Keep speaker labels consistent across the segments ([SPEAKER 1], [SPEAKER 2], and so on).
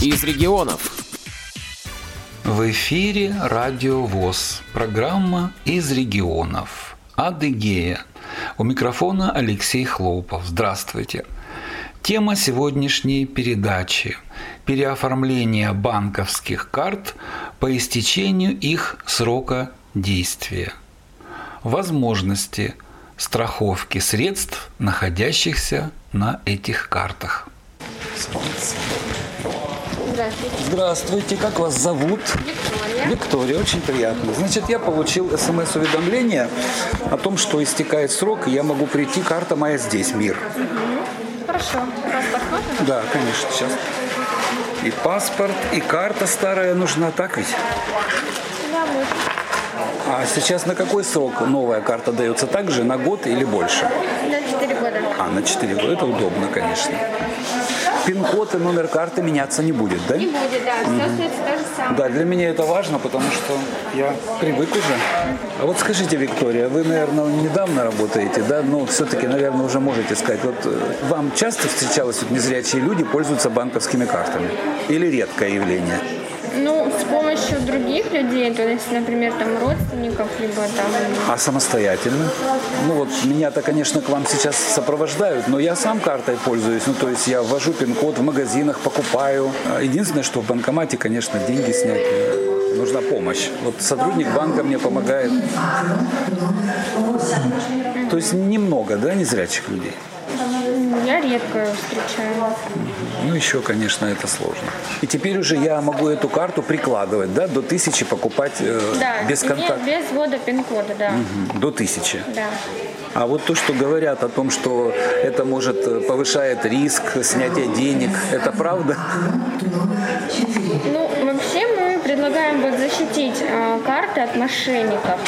[SPEAKER 1] из регионов.
[SPEAKER 2] В эфире Радио ВОЗ, программа «Из регионов». Адыгея. У микрофона Алексей Хлопов. Здравствуйте. Тема сегодняшней передачи – переоформление банковских карт по истечению их срока действия. Возможности страховки средств, находящихся на этих картах.
[SPEAKER 3] Здравствуйте.
[SPEAKER 4] Здравствуйте, как вас зовут?
[SPEAKER 3] Виктория.
[SPEAKER 4] Виктория, очень приятно. Значит, я получил смс-уведомление о том, что истекает срок, и я могу прийти, карта моя здесь, мир.
[SPEAKER 3] Хорошо. Раз посмотрим.
[SPEAKER 4] Да, конечно, сейчас. И паспорт, и карта старая нужна, так ведь?
[SPEAKER 3] Да, вот.
[SPEAKER 4] А сейчас на какой срок новая карта дается? Также на год или больше?
[SPEAKER 3] На 4 года.
[SPEAKER 4] А, на 4 года. Это удобно, конечно. Пин-код и номер карты меняться не будет, да?
[SPEAKER 3] Не будет, да. Все остается то же самое.
[SPEAKER 4] Да, для меня это важно, потому что я привык уже. А вот скажите, Виктория, вы, наверное, недавно работаете, да? Но все-таки, наверное, уже можете сказать. Вот э, вам часто встречалось, вот незрячие люди пользуются банковскими картами? Или редкое явление?
[SPEAKER 3] Ну, с помощью других людей, то есть, например, там родственников, либо там...
[SPEAKER 4] А самостоятельно? Ну вот меня-то, конечно, к вам сейчас сопровождают, но я сам картой пользуюсь. Ну то есть я ввожу пин-код в магазинах, покупаю. А Единственное, что в банкомате, конечно, деньги снять э, нужна помощь. Вот сотрудник банка мне помогает. То есть немного, да, незрячих людей?
[SPEAKER 3] Я редко встречаю.
[SPEAKER 4] Ну, еще, конечно, это сложно. И теперь уже я могу эту карту прикладывать, да, до тысячи покупать э,
[SPEAKER 3] Да.
[SPEAKER 4] без
[SPEAKER 3] не-
[SPEAKER 4] контакта.
[SPEAKER 3] Без ввода пин-кода, да.
[SPEAKER 4] Мгм, До тысячи.
[SPEAKER 3] Да.
[SPEAKER 4] А вот то, что говорят о том, что это может э, повышает риск снятия денег, это правда?
[SPEAKER 3] Ну, вообще мы предлагаем вот защитить э, карты от мошенников.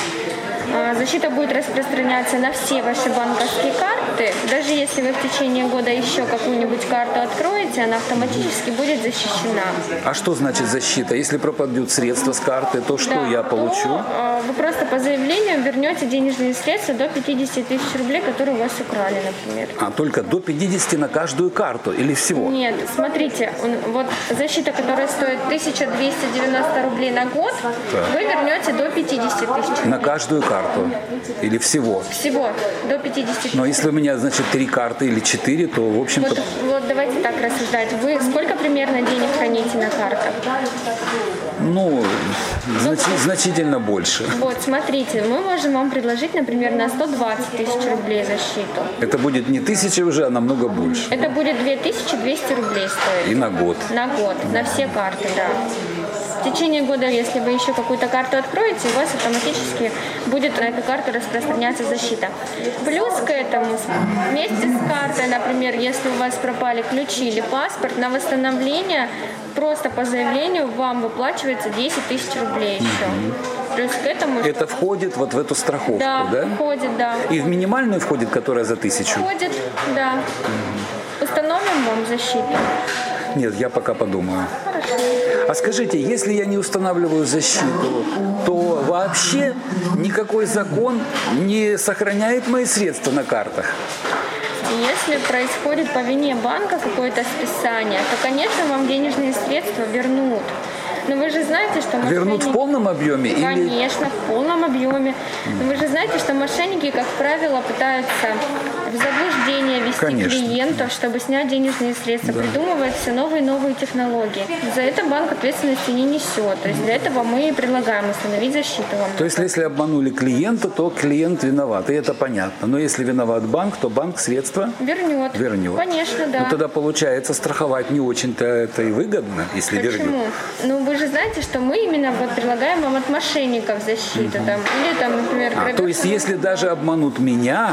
[SPEAKER 3] Э, защита будет распространяться на все ваши банковские карты. Даже если вы в течение года еще какую-нибудь карту откроете, она автоматически будет защищена.
[SPEAKER 4] А что значит защита? Если пропадут средства с карты, то что
[SPEAKER 3] Да,
[SPEAKER 4] Ну, я
[SPEAKER 3] то,
[SPEAKER 4] получу?
[SPEAKER 3] э, вы просто по заявлению вернете денежные средства до 50 тысяч рублей, которые у вас украли, например.
[SPEAKER 4] А только до 50 на каждую карту или всего?
[SPEAKER 3] Нет, смотрите, он- вот защита, которая стоит 1290 рублей на год, вы вернете до 50 тысяч рублей.
[SPEAKER 4] На каждую карту или всего?
[SPEAKER 3] Всего до 50
[SPEAKER 4] Но если у меня, значит, три карты или четыре, то, в
[SPEAKER 3] Вот,
[SPEAKER 4] общем-то,
[SPEAKER 3] вот давайте так рассуждать. Вы сколько примерно денег храните на картах?
[SPEAKER 4] ну, значи- значительно больше.
[SPEAKER 3] Вот, смотрите, мы можем вам предложить, например, на 120 тысяч рублей защиту.
[SPEAKER 4] Это будет не тысяча уже, а намного больше.
[SPEAKER 3] Это будет 2200 рублей
[SPEAKER 4] И
[SPEAKER 3] стоить.
[SPEAKER 4] на год.
[SPEAKER 3] На год, на все карты, да. В течение года, если вы еще какую-то карту откроете, у вас автоматически будет на эту карту распространяться защита. Плюс к этому, вместе с картой, например, если у вас пропали ключи или паспорт, на восстановление просто по заявлению вам выплачивается 10 тысяч рублей еще. Плюс к этому...
[SPEAKER 4] Это входит вот в эту страховку,
[SPEAKER 3] да,
[SPEAKER 4] да?
[SPEAKER 3] входит, да.
[SPEAKER 4] И в минимальную входит, которая за тысячу?
[SPEAKER 3] Входит, да. Установим вам защиту.
[SPEAKER 4] Нет, я пока подумаю. А скажите, если я не устанавливаю защиту, то вообще никакой закон не сохраняет мои средства на картах?
[SPEAKER 3] Если происходит по вине банка какое-то списание, то, конечно, вам денежные средства вернут. Но вы же знаете, что
[SPEAKER 4] Вернут в
[SPEAKER 3] мошенники-
[SPEAKER 4] полном объеме или...
[SPEAKER 3] Конечно, в полном объеме. Но вы же знаете, что мошенники, как правило, пытаются в заблуждение вести
[SPEAKER 4] Конечно.
[SPEAKER 3] клиентов, чтобы снять денежные средства. Придумывают все новые и новые технологии. За это банк ответственности не несет. То есть для этого мы и предлагаем установить защиту вам.
[SPEAKER 4] То есть, если обманули клиента, то клиент виноват, и это понятно. Но если виноват банк, то банк средства
[SPEAKER 3] Вернет.
[SPEAKER 4] вернет.
[SPEAKER 3] Конечно, да.
[SPEAKER 4] Ну, тогда получается страховать не очень-то это и выгодно, если
[SPEAKER 3] Почему?
[SPEAKER 4] вернет.
[SPEAKER 3] Ну, вы же знаете, что мы именно вот предлагаем вам от мошенников защиту там. Или там, например,
[SPEAKER 4] А, то есть,
[SPEAKER 3] грабеж-
[SPEAKER 4] если даже обманут меня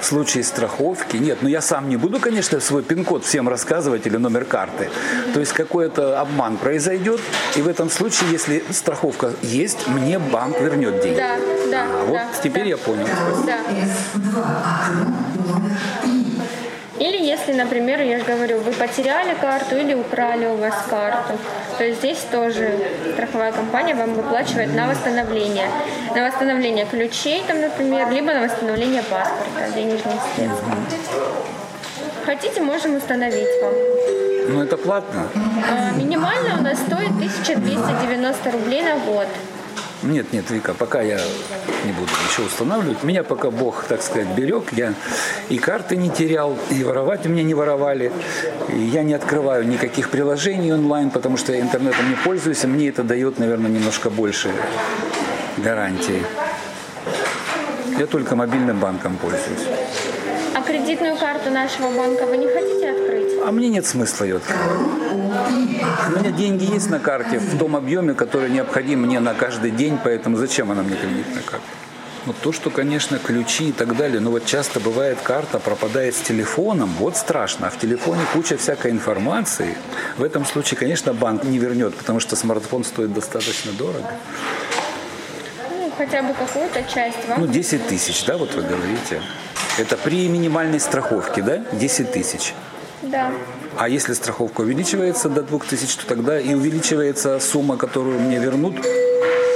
[SPEAKER 4] в случае страховки, нет, ну я сам не буду, конечно, свой пин-код всем рассказывать или номер карты. То есть какой-то обман произойдет, и в этом случае, если страховка есть, мне банк вернет деньги.
[SPEAKER 3] Да, да,
[SPEAKER 4] А вот
[SPEAKER 3] да,
[SPEAKER 4] теперь
[SPEAKER 3] да.
[SPEAKER 4] я понял.
[SPEAKER 3] Да. Или если, например, я же говорю, вы потеряли карту или украли у вас карту, то здесь тоже страховая компания вам выплачивает на восстановление. На восстановление ключей, там, например, либо на восстановление паспорта, денежных средств. Хотите, можем установить вам.
[SPEAKER 4] Ну это платно.
[SPEAKER 3] А, Минимально у нас стоит 1290 рублей на год.
[SPEAKER 4] Нет, нет, Вика, пока я не буду ничего устанавливать. Меня пока Бог, так сказать, берег. Я и карты не терял, и воровать у меня не воровали. И я не открываю никаких приложений онлайн, потому что я интернетом не пользуюсь, и мне это дает, наверное, немножко больше гарантии. Я только мобильным банком пользуюсь.
[SPEAKER 3] А кредитную карту нашего банка вы не хотите открыть?
[SPEAKER 4] А мне нет смысла ее открывать. У меня деньги есть на карте в том объеме, который необходим мне на каждый день, поэтому зачем она мне кредитная карта? Вот то, что, конечно, ключи и так далее, но вот часто бывает карта пропадает с телефоном, вот страшно, а в телефоне куча всякой информации. В этом случае, конечно, банк не вернет, потому что смартфон стоит достаточно дорого.
[SPEAKER 3] Ну, хотя бы какую-то часть вам.
[SPEAKER 4] Ну, 10 тысяч, да, вот вы говорите. Это при минимальной страховке, да, 10 тысяч.
[SPEAKER 3] Да.
[SPEAKER 4] А если страховка увеличивается до 2000, то тогда и увеличивается сумма, которую мне вернут.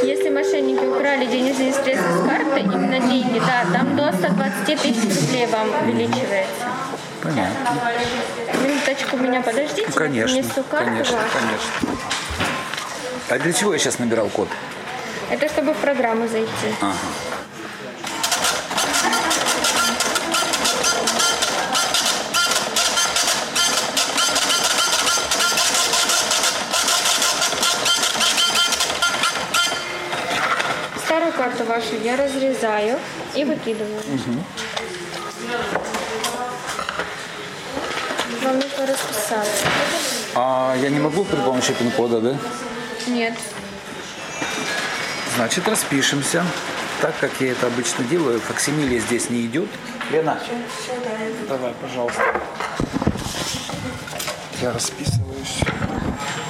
[SPEAKER 3] Если мошенники украли денежные средства с карты, именно деньги, да, там до 120 тысяч рублей вам увеличивается.
[SPEAKER 4] Понятно.
[SPEAKER 3] Минуточку меня подождите,
[SPEAKER 4] Ну, конечно,
[SPEAKER 3] я принесу карту
[SPEAKER 4] конечно,
[SPEAKER 3] вашу.
[SPEAKER 4] конечно. А для чего я сейчас набирал код?
[SPEAKER 3] Это чтобы в программу зайти.
[SPEAKER 4] Ага.
[SPEAKER 3] Старую карту вашу я разрезаю и выкидываю. Вам нужно расписаться.
[SPEAKER 4] А я не могу при помощи пин-кода, да?
[SPEAKER 3] Нет.
[SPEAKER 4] Значит, распишемся. Так как я это обычно делаю, факсимилия здесь не идет. Лена, давай, пожалуйста. Я расписываюсь.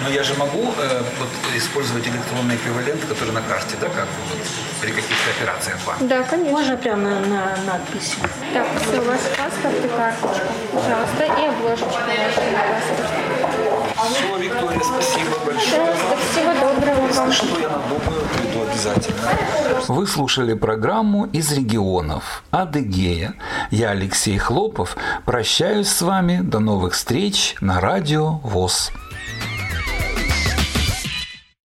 [SPEAKER 4] Но я же могу э, вот, использовать электронный эквивалент, который на карте, да, как бы, вот, при каких-то операциях банка?
[SPEAKER 3] Да, конечно.
[SPEAKER 1] Можно прямо на, на надпись?
[SPEAKER 3] Так, все, у вас паспорт и карточка. Пожалуйста, и обложечку вашу на паспорте.
[SPEAKER 5] Все, Виктория, спасибо большое.
[SPEAKER 3] Пожалуйста, всего доброго вам.
[SPEAKER 5] Что я надумаю, приду обязательно.
[SPEAKER 2] Вы слушали программу «Из регионов. Адыгея». Я Алексей Хлопов. Прощаюсь с вами. До новых встреч на Радио ВОЗ.